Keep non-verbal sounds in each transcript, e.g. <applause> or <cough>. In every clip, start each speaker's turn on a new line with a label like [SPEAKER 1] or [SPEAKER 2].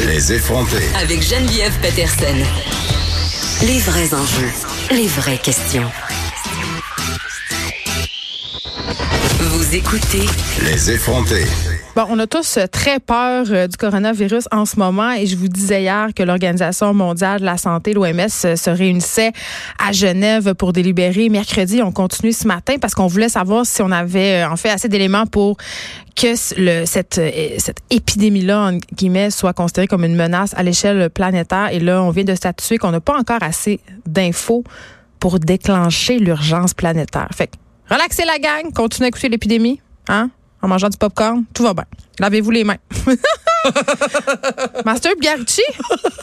[SPEAKER 1] Les, les effronter.
[SPEAKER 2] Avec Geneviève Peterson. Les vrais enjeux, les vraies questions. Vous écoutez
[SPEAKER 1] Les effronter.
[SPEAKER 3] Bon, on a tous euh, très peur euh, du coronavirus en ce moment et je vous disais hier que l'Organisation mondiale de la santé, l'OMS, euh, se réunissait à Genève pour délibérer. Mercredi, on continue ce matin parce qu'on voulait savoir si on avait euh, en fait assez d'éléments pour que c- le, cette, euh, cette épidémie-là, en guillemets, soit considérée comme une menace à l'échelle planétaire. Et là, on vient de statuer qu'on n'a pas encore assez d'infos pour déclencher l'urgence planétaire. Fait que, relaxez la gang, continuez à écouter l'épidémie, hein? en mangeant du popcorn, tout va bien. Lavez-vous les mains. <laughs> Master
[SPEAKER 4] <laughs>
[SPEAKER 3] Biarchi,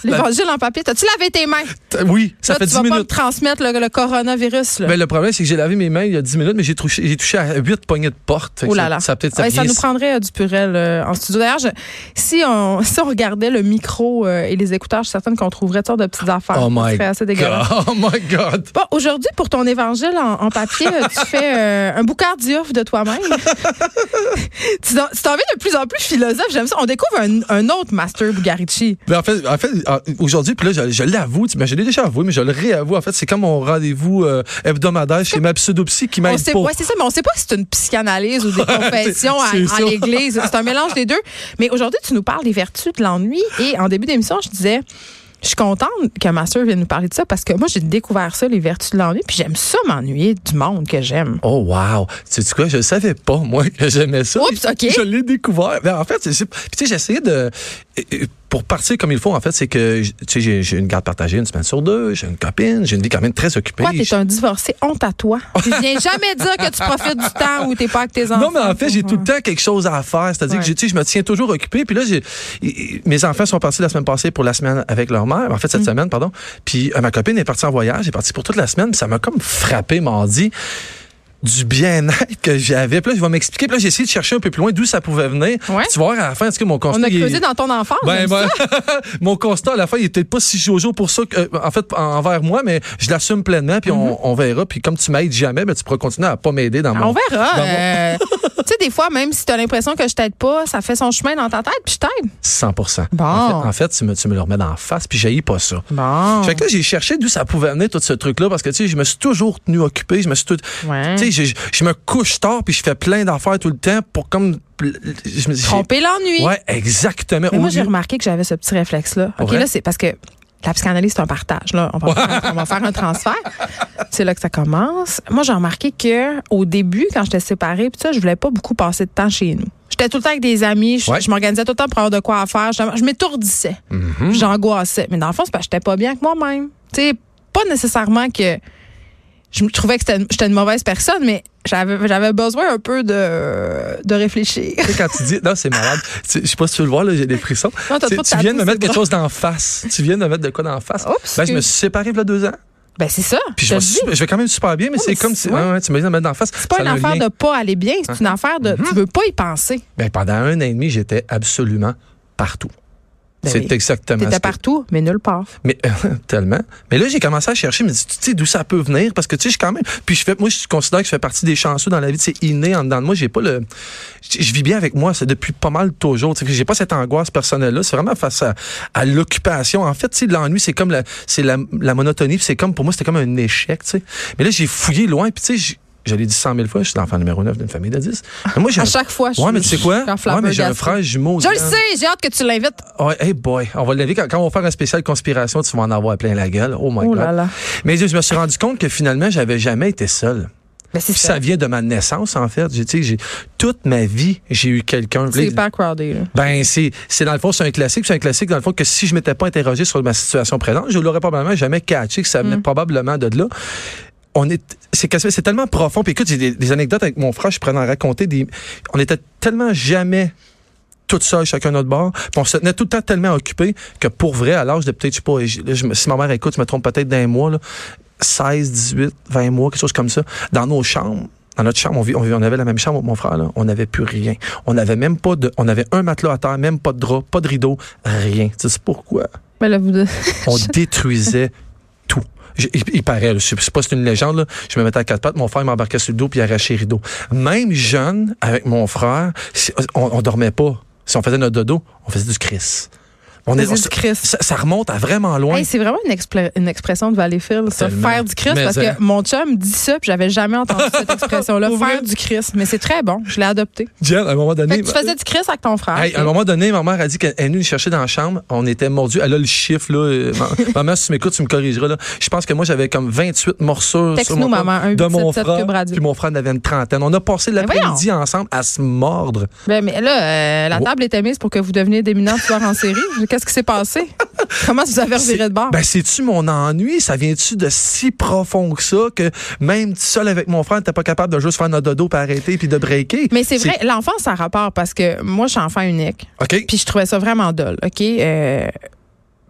[SPEAKER 3] l'évangile en papier, t'as-tu lavé tes mains?
[SPEAKER 4] T- Oui, ça
[SPEAKER 3] Là,
[SPEAKER 4] fait
[SPEAKER 3] tu
[SPEAKER 4] 10
[SPEAKER 3] vas pas me
[SPEAKER 4] minutes.
[SPEAKER 3] transmettre le, le coronavirus. Là.
[SPEAKER 4] Ben, le problème, c'est que j'ai lavé mes mains il y a 10 minutes, mais j'ai touché, j'ai touché à 8 poignées de porte. Fait que
[SPEAKER 3] Oh là
[SPEAKER 4] ça-
[SPEAKER 3] là.
[SPEAKER 4] Ça, peut-être, ça
[SPEAKER 3] Ouais, ça
[SPEAKER 4] vient-
[SPEAKER 3] nous prendrait euh, du purel euh, en studio. D'ailleurs, je- si, on, <laughs> si on regardait le micro euh, et les écouteurs, je suis certaine qu'on trouverait toutes sortes de petites affaires.
[SPEAKER 4] Oh
[SPEAKER 3] Ça
[SPEAKER 4] my
[SPEAKER 3] serait assez dégueulasse.
[SPEAKER 4] God. <laughs> Oh my God.
[SPEAKER 3] Bon, aujourd'hui, pour ton évangile en, en papier, euh, tu fais euh, un boucard d'ioff de toi-même. <laughs> tu t'en- tu t'en viens de plus en plus philosophe, j'aime ça. On découvre un, un autre Master Bugarici.
[SPEAKER 4] Ben, en fait, en fait en- aujourd'hui, puis là, je, je l'avoue, tu- ben, je l'ai déjà avoué, mais je le réavoue. En fait, c'est comme mon rendez-vous euh, hebdomadaire chez ma pseudopsie qui
[SPEAKER 3] On
[SPEAKER 4] m'aide
[SPEAKER 3] sait,
[SPEAKER 4] pas.
[SPEAKER 3] ouais, c'est ça, mais on sait pas si c'est une psychanalyse
[SPEAKER 4] <laughs>
[SPEAKER 3] ou des confessions à,
[SPEAKER 4] Ben, C'est
[SPEAKER 3] à
[SPEAKER 4] ça.
[SPEAKER 3] l'église. C'est un mélange des deux. Mais aujourd'hui, tu nous parles des vertus de l'ennui. Et en début d'émission, je disais, je suis contente que ma sœur vienne nous parler de ça parce que moi, j'ai découvert ça, les vertus de l'ennui. Puis j'aime ça m'ennuyer du monde que j'aime.
[SPEAKER 4] Oh wow! Tu sais quoi, je savais pas, moi, que j'aimais ça.
[SPEAKER 3] Oups, OK.
[SPEAKER 4] Je l'ai découvert. Ben, en fait, c'est- c'est- puis tu sais, j'ai essayé de... Pour partir comme il faut, en fait, c'est que tu sais, j'ai j'ai une garde partagée une semaine sur deux, j'ai une copine, j'ai une vie quand même très occupée.
[SPEAKER 3] Toi, t'es un divorcé, honte à <laughs> toi. Tu viens jamais dire que tu profites du temps où t'es pas avec tes enfants.
[SPEAKER 4] Non, mais en fait, j'ai tout le temps quelque chose à faire. C'est-à-dire
[SPEAKER 3] Ouais.
[SPEAKER 4] que j'ai- tu sais, je me tiens toujours occupé. Puis là, j'ai- i- i- mes enfants sont partis la semaine passée pour la semaine avec leur mère. En fait,
[SPEAKER 3] Mm.
[SPEAKER 4] cette semaine, pardon. Puis euh, ma copine est partie en voyage. Elle est partie pour toute la semaine. Puis ça m'a comme frappé mardi du bien-être que j'avais. Puis là, je vais m'expliquer. Puis là, j'ai essayé de chercher un peu plus loin d'où ça pouvait venir.
[SPEAKER 3] Ouais.
[SPEAKER 4] Tu vas voir, à la fin, est-ce que mon constat...
[SPEAKER 3] On a
[SPEAKER 4] il est-
[SPEAKER 3] creusé dans ton enfance.
[SPEAKER 4] ben,
[SPEAKER 3] j'aime
[SPEAKER 4] ben,
[SPEAKER 3] ça.
[SPEAKER 4] <laughs> mon constat à la fin, il était pas si jojo pour ça, que, euh, en fait, envers moi, mais je l'assume pleinement, puis on, on verra. Puis comme tu m'aides jamais, ben, tu pourras continuer à pas m'aider dans mon...
[SPEAKER 3] Mm-hmm. Ah, On verra.
[SPEAKER 4] dans mon-
[SPEAKER 3] euh,
[SPEAKER 4] <laughs>
[SPEAKER 3] tu sais, des fois, même si t'as l'impression que je t'aide pas, ça fait son chemin dans ta tête, puis je t'aide.
[SPEAKER 4] 100
[SPEAKER 3] Bon.
[SPEAKER 4] En fait, en fait, tu, me, tu me le remets dans la face, puis j'ai pas ça.
[SPEAKER 3] Bon.
[SPEAKER 4] Fait que là, j'ai cherché d'où ça pouvait venir, tout ce truc-là, parce que, tu sais, je me suis toujours tenu occupé, je me suis tout...
[SPEAKER 3] Ouais.
[SPEAKER 4] Tu sais, je, je- je me couche tard, puis je fais plein d'affaires tout le temps pour comme... Je me dis...
[SPEAKER 3] Tromper l'ennui.
[SPEAKER 4] Ouais, exactement.
[SPEAKER 3] Mais
[SPEAKER 4] Au
[SPEAKER 3] moi, j'ai
[SPEAKER 4] lieu-
[SPEAKER 3] remarqué que j'avais ce petit réflexe-là. OK,
[SPEAKER 4] Ouais.
[SPEAKER 3] là, c'est parce que la psychanalyse, c'est un partage. Là. On, va faire, on va faire un transfert. C'est là que ça commence. Moi, j'ai remarqué que au début, quand j'étais séparée, puis ça, je voulais pas beaucoup passer de temps chez nous. J'étais tout le temps avec des amis. Je,
[SPEAKER 4] Ouais.
[SPEAKER 3] je m'organisais tout le temps pour avoir de quoi à faire. Je, je m'étourdissais. J'angoissais. Mais dans le fond, c'est parce que j'étais pas bien avec moi-même. Tu sais, pas nécessairement que je me trouvais que c'était- j'étais une mauvaise personne, mais j'avais j'avais besoin un peu de, de réfléchir.
[SPEAKER 4] Tu sais, quand tu dis, non, c'est malade. Tu- Je sais pas si tu le vois, là, j'ai des frissons.
[SPEAKER 3] Non, t'as
[SPEAKER 4] Tu-
[SPEAKER 3] pas de
[SPEAKER 4] tu viens
[SPEAKER 3] tatou,
[SPEAKER 4] de me
[SPEAKER 3] c'est
[SPEAKER 4] mettre
[SPEAKER 3] bon.
[SPEAKER 4] quelque chose d'en face. Tu viens de me mettre de quoi d'en face?
[SPEAKER 3] Oups,
[SPEAKER 4] ben, je me
[SPEAKER 3] excuse.
[SPEAKER 4] suis séparé il y a deux ans.
[SPEAKER 3] Ben, c'est ça.
[SPEAKER 4] Puis
[SPEAKER 3] te
[SPEAKER 4] je vais,
[SPEAKER 3] le dis.
[SPEAKER 4] super- je vais quand même super bien,
[SPEAKER 3] Ouais,
[SPEAKER 4] mais c'est
[SPEAKER 3] Oh, mais
[SPEAKER 4] comme
[SPEAKER 3] c'est-
[SPEAKER 4] si.
[SPEAKER 3] ouais.
[SPEAKER 4] ouais, ouais, tu me viens de me mettre d'en face.
[SPEAKER 3] C'est pas une affaire de pas aller bien, c'est une
[SPEAKER 4] Ah.
[SPEAKER 3] affaire de
[SPEAKER 4] Mm-hmm.
[SPEAKER 3] tu veux pas y penser.
[SPEAKER 4] Ben, pendant un an et demi, j'étais absolument partout.
[SPEAKER 3] Ben
[SPEAKER 4] c'est
[SPEAKER 3] oui.
[SPEAKER 4] exactement
[SPEAKER 3] T'étais
[SPEAKER 4] ça.
[SPEAKER 3] partout, mais nulle part.
[SPEAKER 4] Mais <laughs> tellement. Mais là, j'ai commencé à chercher, mais tu sais d'où ça peut venir parce que tu sais, je quand même. Puis je fais, moi, je considère que je fais partie des chanceux dans la vie. C'est inné en dedans de moi. J'ai pas le. Je je vis bien avec moi. C'est depuis pas mal toujours. Tu sais, J'ai pas cette angoisse personnelle-là. C'est vraiment face à, à l'occupation. En fait, tu sais, l'ennui, c'est comme la, c'est la, la monotonie. Puis c'est comme pour moi, c'était comme un échec. Tu sais. Mais là, j'ai fouillé loin. Puis tu sais, j'ai- je l'ai dit cent mille fois. Je suis l'enfant numéro 9 d'une famille de 10. Mais moi, j'ai
[SPEAKER 3] À
[SPEAKER 4] un-
[SPEAKER 3] chaque fois, je
[SPEAKER 4] Ouais,
[SPEAKER 3] suis-
[SPEAKER 4] mais tu sais quoi?
[SPEAKER 3] je suis en
[SPEAKER 4] Ouais, mais j'ai
[SPEAKER 3] flabbergasté.
[SPEAKER 4] un frère jumeau.
[SPEAKER 3] Je le
[SPEAKER 4] Dan.
[SPEAKER 3] sais, j'ai hâte que tu l'invites.
[SPEAKER 4] Ouais, Oh, hey boy, on va lever. Quand, quand on va faire un spécial conspiration, tu vas en avoir plein la gueule. Oh my
[SPEAKER 3] Oh
[SPEAKER 4] God.
[SPEAKER 3] là là.
[SPEAKER 4] Mais je me suis rendu compte que finalement, j'avais jamais été seul.
[SPEAKER 3] Ben, c'est
[SPEAKER 4] Puis ça
[SPEAKER 3] ça.
[SPEAKER 4] vient de ma naissance, en fait. J'ai, tu sais, j'ai- toute ma vie, j'ai eu quelqu'un.
[SPEAKER 3] C'est hyper crowded. là.
[SPEAKER 4] Ben, c'est, c'est dans le fond, c'est un classique. C'est un classique, dans le fond, que si je m'étais pas interrogé sur ma situation présente, je l'aurais probablement jamais catché, que ça
[SPEAKER 3] Mm.
[SPEAKER 4] venait probablement de là. On est, c'est, que- c'est tellement profond. Puis écoute, j'ai des, des anecdotes avec mon frère, je prenais à raconter des. On était tellement jamais toutes seules, chacun de notre bord. Puis on se tenait tout le temps tellement occupés que pour vrai, à l'âge de peut-être, je sais pas, je- je me- si ma mère écoute, je me trompe peut-être d'un mois, là, 16, 18, 20 mois, quelque chose comme ça, dans nos chambres, dans notre chambre, on, vit- on vit- on avait la même chambre, mon frère, là. on n'avait plus rien. On n'avait même pas de, on avait un matelas à terre, même pas de drap, pas de rideau, rien. Tu sais pourquoi?
[SPEAKER 3] Mais là, <laughs> vous...
[SPEAKER 4] on détruisait tout. Je- il, il paraît, là, je sais pas si c'est une légende, là, je me mettais à quatre pattes, mon frère m'embarquait sur le dos puis il arrachait les rideaux. Même jeune, avec mon frère, si- on, on dormait pas. Si on faisait notre dodo, on faisait du Chris. On
[SPEAKER 3] Faisait du Chris.
[SPEAKER 4] Ça, ça remonte à vraiment loin.
[SPEAKER 3] Hey, c'est vraiment une, expla- une expression de Valleyfield, ça.
[SPEAKER 4] Tellement.
[SPEAKER 3] Faire du Christ,
[SPEAKER 4] Mais
[SPEAKER 3] parce
[SPEAKER 4] hein.
[SPEAKER 3] que mon chum dit ça, puis j'avais jamais entendu
[SPEAKER 4] <laughs>
[SPEAKER 3] cette expression-là.
[SPEAKER 4] Pour
[SPEAKER 3] Faire
[SPEAKER 4] vrai?
[SPEAKER 3] du Christ. Mais c'est très bon. Je l'ai adopté.
[SPEAKER 4] Jen, à un moment donné.
[SPEAKER 3] Fait que tu
[SPEAKER 4] ma-
[SPEAKER 3] faisais du Christ avec ton frère.
[SPEAKER 4] Hey, à un moment donné, ma mère a dit qu'elle est venue nous chercher dans la chambre. On était mordus. Elle a le chiffre, là. euh,
[SPEAKER 3] <laughs>
[SPEAKER 4] ma- maman, si tu m'écoutes, tu me corrigeras, là. Je pense que moi, j'avais comme 28 morsures sur
[SPEAKER 3] Texte-nous,
[SPEAKER 4] mon corps
[SPEAKER 3] maman, un
[SPEAKER 4] de mon
[SPEAKER 3] 877 Cube
[SPEAKER 4] frère.
[SPEAKER 3] Radio.
[SPEAKER 4] Puis mon frère en avait une trentaine. On a passé l'après-midi ensemble à se mordre.
[SPEAKER 3] Ben, mais là, euh, la table était mise pour que vous deveniez d'éminents tueurs en
[SPEAKER 4] <laughs>
[SPEAKER 3] série. Qu'est-ce qui s'est passé? Comment vous avez
[SPEAKER 4] C'est-
[SPEAKER 3] reviré de bord?
[SPEAKER 4] Ben, c'est-tu mon ennui? Ça vient-tu de si profond que ça que même seul avec mon frère, t'es pas capable de juste faire notre dodo puis arrêter puis de breaker?
[SPEAKER 3] mais c'est vrai, l'enfance, ça a rapport parce que moi, je suis enfant unique.
[SPEAKER 4] OK.
[SPEAKER 3] Puis je trouvais ça vraiment dole, OK? Euh,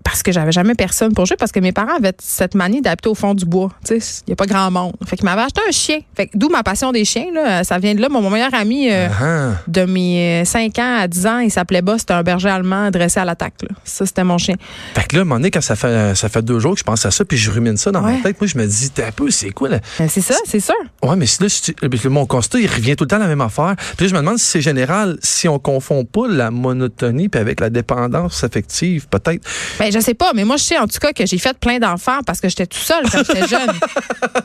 [SPEAKER 3] parce que j'avais jamais personne pour jouer, parce que mes parents avaient cette manie d'habiter au fond du bois. Tu sais, il n'y a pas grand monde. Fait qu'ils m'avaient acheté un chien. Fait que d'où ma passion des chiens, là. Ça vient de là. Mon, mon meilleur ami euh,
[SPEAKER 4] Ah,
[SPEAKER 3] de mes 5 ans à 10 ans, il s'appelait Boss. C'était un berger allemand dressé à l'attaque, là. Ça, c'était mon chien.
[SPEAKER 4] Fait que là, à un moment donné, quand ça fait, ça fait deux jours que je pense à ça, puis je rumine ça dans
[SPEAKER 3] Ouais.
[SPEAKER 4] ma tête, moi, je me dis, t'es un peu, c'est quoi, là?
[SPEAKER 3] Mais Euh, C'est ça, c'est sûr.
[SPEAKER 4] Ouais, mais si là, si tu- puis mon constat, il revient tout le temps à la même affaire. Puis là, je me demande si c'est général, si on confond pas la monotonie puis avec la dépendance affective, peut-être.
[SPEAKER 3] Ben, je sais pas, mais moi, je sais en tout cas que j'ai fait plein d'enfants parce que j'étais tout seul quand
[SPEAKER 4] <laughs>
[SPEAKER 3] j'étais jeune.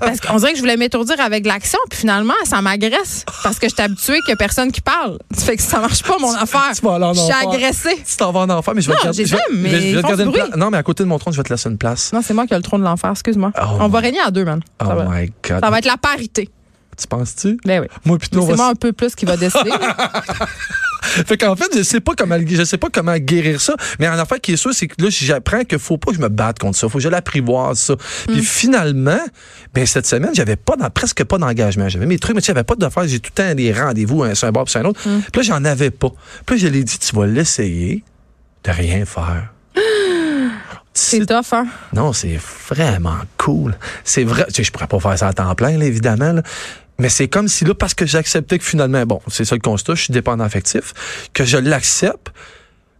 [SPEAKER 3] parce qu'on dirait que je voulais m'étourdir avec de l'action, puis finalement, ça m'agresse parce que j'étais habituée qu'il y a personne qui parle. Ça fait que ça marche pas, mon affaire.
[SPEAKER 4] Tu vas aller en
[SPEAKER 3] Je suis
[SPEAKER 4] enfer.
[SPEAKER 3] agressée.
[SPEAKER 4] Tu t'en vas en enfer, mais je vais
[SPEAKER 3] Non,
[SPEAKER 4] garder-
[SPEAKER 3] j'ai
[SPEAKER 4] je vais-
[SPEAKER 3] jamais, mais
[SPEAKER 4] je vais- je vais
[SPEAKER 3] ils font
[SPEAKER 4] garder
[SPEAKER 3] du
[SPEAKER 4] une
[SPEAKER 3] bruit.
[SPEAKER 4] place. Non, mais à côté de mon trône, je vais te laisser une place.
[SPEAKER 3] Non, c'est moi qui ai le trône de l'enfer, excuse-moi.
[SPEAKER 4] Oh
[SPEAKER 3] On
[SPEAKER 4] my-
[SPEAKER 3] va régner à deux, man.
[SPEAKER 4] Oh
[SPEAKER 3] ça, va.
[SPEAKER 4] my God.
[SPEAKER 3] ça va être la parité.
[SPEAKER 4] Tu penses-tu?
[SPEAKER 3] Ben oui.
[SPEAKER 4] Moi, plutôt, on
[SPEAKER 3] C'est
[SPEAKER 4] va
[SPEAKER 3] moi un peu plus qui va décider.
[SPEAKER 4] <laughs>
[SPEAKER 3] là.
[SPEAKER 4] Fait qu'en fait, je sais pas comment le- je sais pas comment guérir ça, mais en affaire qui est sûr c'est que là j'apprends que faut pas que je me batte contre ça, faut que je l'apprivoise ça. Puis finalement, ben cette semaine, j'avais pas d'en- presque pas d'engagement, j'avais mes trucs mais tu sais, j'avais pas d'affaires, j'ai tout le temps des rendez-vous un sur un bar puis sur un autre. Puis là j'en avais pas. Puis là je l'ai dit tu vas l'essayer de rien faire.
[SPEAKER 3] c'est
[SPEAKER 4] C'est-
[SPEAKER 3] tough, hein?
[SPEAKER 4] non, c'est vraiment cool. C'est vrai. Tu sais, je pourrais pas faire ça à temps plein, là, évidemment. là. Mais c'est comme si là, parce que j'acceptais que finalement, bon, c'est ça le constat, je suis dépendant affectif, que je l'accepte.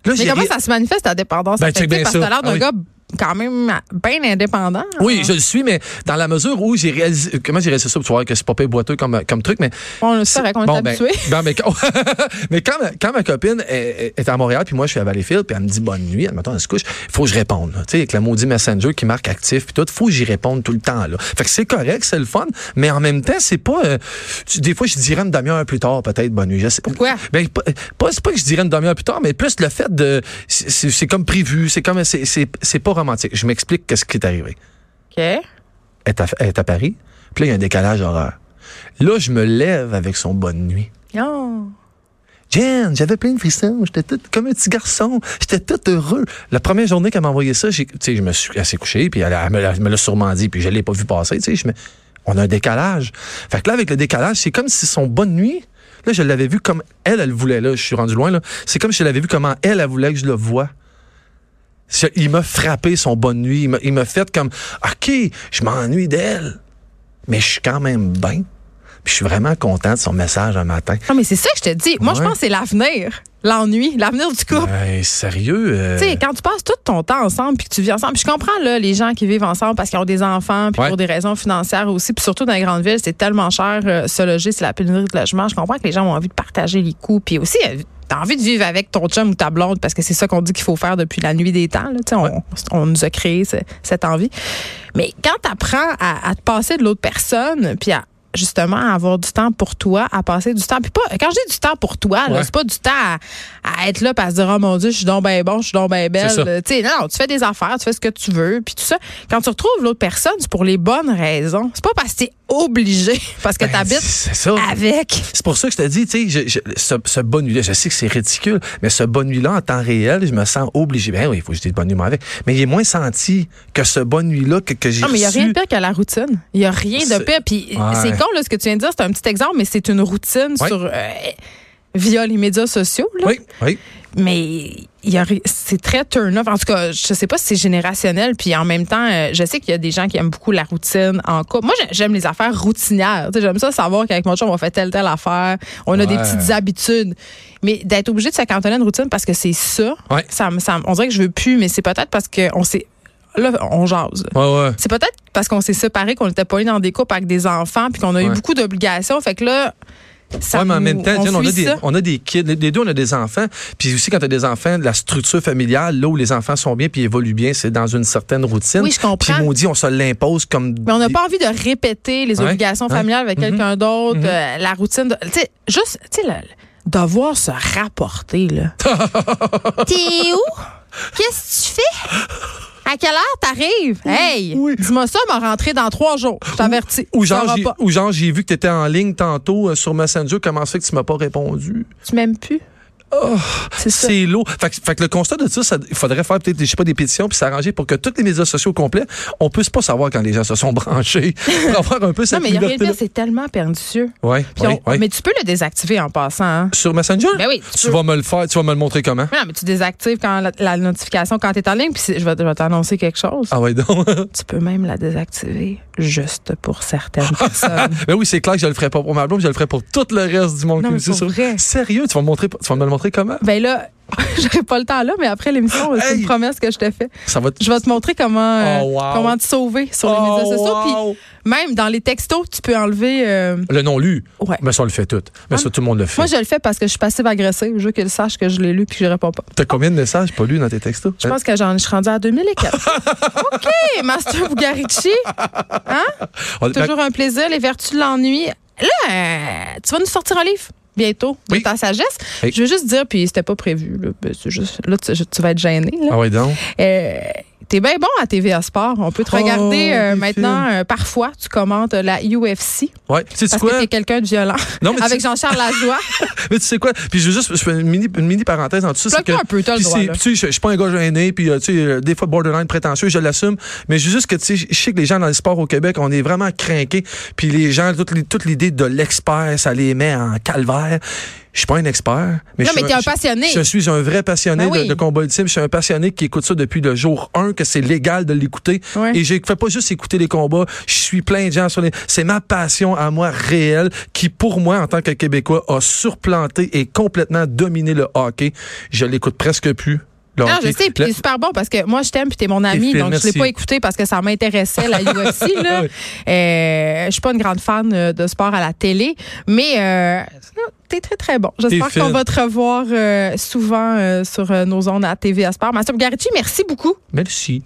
[SPEAKER 4] Là,
[SPEAKER 3] Mais
[SPEAKER 4] j'ai
[SPEAKER 3] comment
[SPEAKER 4] ri-
[SPEAKER 3] ça se manifeste, ta dépendance
[SPEAKER 4] Ben,
[SPEAKER 3] affective?
[SPEAKER 4] check bien
[SPEAKER 3] Parce que
[SPEAKER 4] ça.
[SPEAKER 3] t'as l'air d'un
[SPEAKER 4] Ah oui.
[SPEAKER 3] gars quand même bien indépendant.
[SPEAKER 4] Oui, je le suis, mais dans la mesure où j'ai réalisé. Comment j'ai réalisé ça? Tu vois que c'est pas pire boiteux comme, comme truc, mais
[SPEAKER 3] On le sait, qu'on est
[SPEAKER 4] Bon, ben,
[SPEAKER 3] habitué.
[SPEAKER 4] <laughs> ben, mais, quand, mais quand ma, quand ma copine est, est à Montréal, puis moi, je suis à Valleyfield, puis elle me dit bonne nuit, elle m'attend, elle se couche, il faut que je réponde. là. Tu sais, avec le maudit Messenger qui marque actif, puis tout, faut que j'y réponde tout le temps. Là. Fait que c'est correct, c'est le fun, mais en même temps, c'est pas. euh, tu- des fois, je dirais une demi-heure plus tard, peut-être, bonne nuit. Je sais,
[SPEAKER 3] Pourquoi?
[SPEAKER 4] Ben, pas, pas- c'est pas que je dirais une demi-heure plus tard, mais plus le fait de. C'est c'est comme prévu, c'est comme. c'est- C'est c'est pas romantique. Je m'explique qu'est-ce qui est arrivé
[SPEAKER 3] OK.
[SPEAKER 4] est à, est à Paris. Puis là, il y a un décalage horaire. Là, je me lève avec son bonne nuit.
[SPEAKER 3] Oh.
[SPEAKER 4] Jen, j'avais plein de frissons. J'étais tout comme un petit garçon. J'étais tout heureux. La première journée qu'elle m'a envoyé ça, j'ai, tu sais, je me suis assez couché, puis elle, elle me, l'a- elle me l'a sûrement dit, puis je l'ai pas vu passer. Tu sais, je me- on a un décalage. Fait que là, avec le décalage, c'est comme si son bonne nuit, là, je l'avais vu comme elle, elle voulait. Là, je suis rendu loin. Là. C'est comme si je l'avais vu comment elle, elle voulait que je le voie. Je- il m'a frappé son bonne nuit. Il m'a, il m'a fait comme, OK, je m'ennuie d'elle, mais je suis quand même bien. Puis je suis vraiment content de son message un matin.
[SPEAKER 3] Non, mais c'est ça que je te dis. Moi, je
[SPEAKER 4] Ouais.
[SPEAKER 3] pense que c'est l'avenir. L'ennui, l'avenir du couple.
[SPEAKER 4] Ben, sérieux. euh,
[SPEAKER 3] Tu sais, quand tu passes tout ton temps ensemble puis que tu vis ensemble, puis je comprends là les gens qui vivent ensemble parce qu'ils ont des enfants puis
[SPEAKER 4] Ouais.
[SPEAKER 3] pour des raisons financières aussi, puis surtout dans les grandes villes, c'est tellement cher euh, se loger, c'est la pénurie de logement. Je comprends que les gens ont envie de partager les coûts puis aussi euh, t'as envie de vivre avec ton chum ou ta blonde parce que c'est ça qu'on dit qu'il faut faire depuis la nuit des temps. là. Tu sais, on, on nous a créé ce- cette envie. Mais quand t'apprends à, à te passer de l'autre personne puis à justement à avoir du temps pour toi, à passer du temps. Puis pas, quand je dis du temps pour toi, là,
[SPEAKER 4] Ouais.
[SPEAKER 3] c'est pas du temps à, à être là parce se dire, oh mon Dieu, je suis donc bien bon, je suis donc bien belle.
[SPEAKER 4] C'est ça.
[SPEAKER 3] Euh, tu sais, non, non, tu fais des affaires, tu fais ce que tu veux, puis tout ça. Quand tu retrouves l'autre personne, c'est pour les bonnes raisons. C'est pas parce que t'es obligé, <laughs> parce que
[SPEAKER 4] ben,
[SPEAKER 3] t'habites
[SPEAKER 4] C'est ça.
[SPEAKER 3] avec.
[SPEAKER 4] C'est pour ça que je te dis, tu sais, je- je- ce, ce bonne nuit-là, je sais que c'est ridicule, mais ce bonne nuit-là, en temps réel, je me sens obligé. Ben oui, il faut que je dise bonne nuit mais avec. Mais il est moins senti que ce bonne nuit-là que, que j'ai
[SPEAKER 3] Non, Ah, mais il n'y a
[SPEAKER 4] reçu.
[SPEAKER 3] rien de pire que la routine. Il n'y a rien de
[SPEAKER 4] C'est-
[SPEAKER 3] pire. Puis
[SPEAKER 4] Ouais.
[SPEAKER 3] c'est con, là, ce que tu viens de dire, c'est un petit exemple, mais c'est une routine
[SPEAKER 4] Ouais.
[SPEAKER 3] sur. euh, via les médias sociaux. là.
[SPEAKER 4] Oui, oui.
[SPEAKER 3] mais il y aurait- c'est très turn off. En tout cas, je sais pas si c'est générationnel. Puis en même temps, euh, je sais qu'il y a des gens qui aiment beaucoup la routine en couple. Moi, j'ai- j'aime les affaires routinières. Tu sais, J'aime ça savoir qu'avec mon chum, on fait telle, telle affaire. On a des
[SPEAKER 4] Ouais.
[SPEAKER 3] petites habitudes. Mais d'être obligé de se cantonner à une routine parce que c'est ça,
[SPEAKER 4] Ouais.
[SPEAKER 3] ça, me- ça me- on dirait que je veux plus, mais c'est peut-être parce qu'on s'est. Là, on jase. là.
[SPEAKER 4] Ouais, ouais.
[SPEAKER 3] C'est peut-être parce qu'on s'est séparés, qu'on n'était pas nés dans des couples avec des enfants, puis qu'on a eu
[SPEAKER 4] Ouais.
[SPEAKER 3] beaucoup d'obligations. Fait que là, ça
[SPEAKER 4] Ouais, mais en
[SPEAKER 3] nous-
[SPEAKER 4] même temps, Diane, on,
[SPEAKER 3] fuit
[SPEAKER 4] a des,
[SPEAKER 3] ça.
[SPEAKER 4] on a des kids. Les les deux, on a des enfants. Puis aussi, quand tu as des enfants, la structure familiale, là où les enfants sont bien puis évoluent bien, c'est dans une certaine routine.
[SPEAKER 3] Oui, je comprends.
[SPEAKER 4] Puis maudit, on se l'impose comme.
[SPEAKER 3] Mais on n'a pas envie de répéter les
[SPEAKER 4] Ouais,
[SPEAKER 3] obligations
[SPEAKER 4] ouais. Mm-hmm.
[SPEAKER 3] familiales avec quelqu'un d'autre, euh, la routine. de- Tu sais, juste, tu sais, le- le devoir se rapporter, là.
[SPEAKER 4] <laughs>
[SPEAKER 3] T'es où? Qu'est-ce que tu fais? À quelle heure t'arrives? Hey! Dis-moi ça, m'a rentré dans trois jours. Je t'avertis.
[SPEAKER 4] Ou
[SPEAKER 3] Ça
[SPEAKER 4] genre,
[SPEAKER 3] aura
[SPEAKER 4] j'ai-
[SPEAKER 3] pas.
[SPEAKER 4] ou genre, j'ai vu que tu étais en ligne tantôt euh, sur Messenger. Comment ça fait que tu m'as pas répondu?
[SPEAKER 3] Tu m'aimes plus? c'est ça.
[SPEAKER 4] C'est lourd. Fait que, fait que le constat de ça, ça- il faudrait faire peut-être, je sais pas, des pétitions puis s'arranger pour que tous les médias sociaux complets, on puisse pas savoir quand les gens se
[SPEAKER 3] <laughs>
[SPEAKER 4] sont branchés. pour avoir un peu
[SPEAKER 3] Non,
[SPEAKER 4] cette
[SPEAKER 3] mais il y a rien de
[SPEAKER 4] liberté-là.
[SPEAKER 3] pire, c'est tellement pernicieux.
[SPEAKER 4] Ouais,
[SPEAKER 3] Puis
[SPEAKER 4] ouais,
[SPEAKER 3] on-
[SPEAKER 4] ouais.
[SPEAKER 3] Mais tu peux le désactiver en passant. hein.
[SPEAKER 4] Sur Messenger?
[SPEAKER 3] Ben oui, tu
[SPEAKER 4] Tu
[SPEAKER 3] peux.
[SPEAKER 4] vas me le faire, tu vas me le montrer comment?
[SPEAKER 3] Mais Non, mais tu désactives quand la, la notification quand t'es en ligne, puis c'est- je vais, je vais t'annoncer quelque chose.
[SPEAKER 4] Ah
[SPEAKER 3] <laughs>
[SPEAKER 4] ouais, donc.
[SPEAKER 3] Tu peux même la désactiver juste pour certaines
[SPEAKER 4] <laughs>
[SPEAKER 3] personnes.
[SPEAKER 4] Ben oui, c'est clair que je le ferai pas pour ma blonde, je le ferai pour tout le reste du monde.
[SPEAKER 3] Non, mais
[SPEAKER 4] qui me suit
[SPEAKER 3] pour
[SPEAKER 4] sur-
[SPEAKER 3] vrai.
[SPEAKER 4] Sérieux, tu vas me montrer, tu vas me le montrer comment?
[SPEAKER 3] Ben là, <laughs> j'aurai pas le temps là, mais après l'émission, c'est
[SPEAKER 4] Hey!
[SPEAKER 3] une promesse que je te fais.
[SPEAKER 4] Ça va te...
[SPEAKER 3] Je vais te montrer comment, euh,
[SPEAKER 4] Oh, wow.
[SPEAKER 3] comment te sauver sur les
[SPEAKER 4] Oh,
[SPEAKER 3] médias sociaux.
[SPEAKER 4] wow.
[SPEAKER 3] Puis même dans les textos, tu peux enlever. euh,
[SPEAKER 4] Le non lu.
[SPEAKER 3] Ouais.
[SPEAKER 4] Mais ça, on le fait tout.
[SPEAKER 3] Ah,
[SPEAKER 4] Mais ça, tout le monde le fait.
[SPEAKER 3] Moi, je le fais parce que je suis passive agressive. Je veux qu'ils sachent que je l'ai lu puis que je réponds pas.
[SPEAKER 4] T'as combien de messages pas lus dans tes textos?
[SPEAKER 3] Je pense que j'en je suis rendue à
[SPEAKER 4] <laughs>
[SPEAKER 3] 2004. OK, Master Bugarici.
[SPEAKER 4] On- ben,
[SPEAKER 3] Toujours un plaisir. Les vertus de l'ennui. Là, euh, tu vas nous sortir un livre bientôt de
[SPEAKER 4] Oui.
[SPEAKER 3] ta sagesse.
[SPEAKER 4] Hey.
[SPEAKER 3] Je veux juste dire, puis c'était pas prévu. Là, ben, c'est juste, là tu, je- tu vas être gêné. Là.
[SPEAKER 4] Ah ouais, donc.
[SPEAKER 3] Euh, T'es bien bon à TVA Sport. On peut te
[SPEAKER 4] Oh,
[SPEAKER 3] regarder euh,
[SPEAKER 4] des
[SPEAKER 3] maintenant. euh, parfois, tu commentes euh, la UFC
[SPEAKER 4] Ouais. Tu sais
[SPEAKER 3] parce que
[SPEAKER 4] quoi?
[SPEAKER 3] t'es quelqu'un de violent.
[SPEAKER 4] Non, mais tu-
[SPEAKER 3] <laughs> Avec Jean-Charles Lajoie.
[SPEAKER 4] Mais tu sais quoi? Puis je veux juste, je fais une mini, une mini parenthèse en dessous. c'est
[SPEAKER 3] Plaque-toi
[SPEAKER 4] que-
[SPEAKER 3] un peu, t'as le
[SPEAKER 4] puis
[SPEAKER 3] droit,
[SPEAKER 4] c'est-
[SPEAKER 3] là.
[SPEAKER 4] puis Tu sais, je- je suis pas un gars gêné, puis euh, tu sais, euh, des fois borderline prétentieux, je l'assume. Mais je veux juste que tu sais, je- je sais que les gens dans le sport au Québec, on est vraiment craqués. Puis les gens, toute l'i- toute l'idée de l'expert, ça les met en calvaire. Je suis pas un expert. Mais
[SPEAKER 3] Non,
[SPEAKER 4] je suis
[SPEAKER 3] mais t'es un
[SPEAKER 4] je-
[SPEAKER 3] passionné.
[SPEAKER 4] Je suis un vrai passionné
[SPEAKER 3] Ben oui.
[SPEAKER 4] de, de combat ultime. Je suis un passionné qui écoute ça depuis le jour 1, que c'est légal de l'écouter.
[SPEAKER 3] Ouais.
[SPEAKER 4] Et je fais pas juste écouter les combats. Je suis plein de gens sur les. C'est ma passion à moi réelle qui, pour moi, en tant que Québécois, a surplanté et complètement dominé le hockey. Je l'écoute presque plus. le
[SPEAKER 3] Non, Ah, je
[SPEAKER 4] hockey.
[SPEAKER 3] sais, puis
[SPEAKER 4] Le-
[SPEAKER 3] t'es super bon parce que moi, je t'aime, puis t'es mon ami.
[SPEAKER 4] fait,
[SPEAKER 3] donc, je l'ai
[SPEAKER 4] merci.
[SPEAKER 3] pas écouté parce que ça m'intéressait,
[SPEAKER 4] <laughs>
[SPEAKER 3] la UFC. là.
[SPEAKER 4] Oui.
[SPEAKER 3] Euh, je suis pas une grande fan euh, de sport à la télé, mais euh, non, t'es très, très bon. J'espère
[SPEAKER 4] T'es
[SPEAKER 3] qu'on
[SPEAKER 4] fine.
[SPEAKER 3] va te revoir euh, souvent euh, sur euh, nos ondes à TVA Sport. Master Bugarici, merci beaucoup.
[SPEAKER 4] Merci.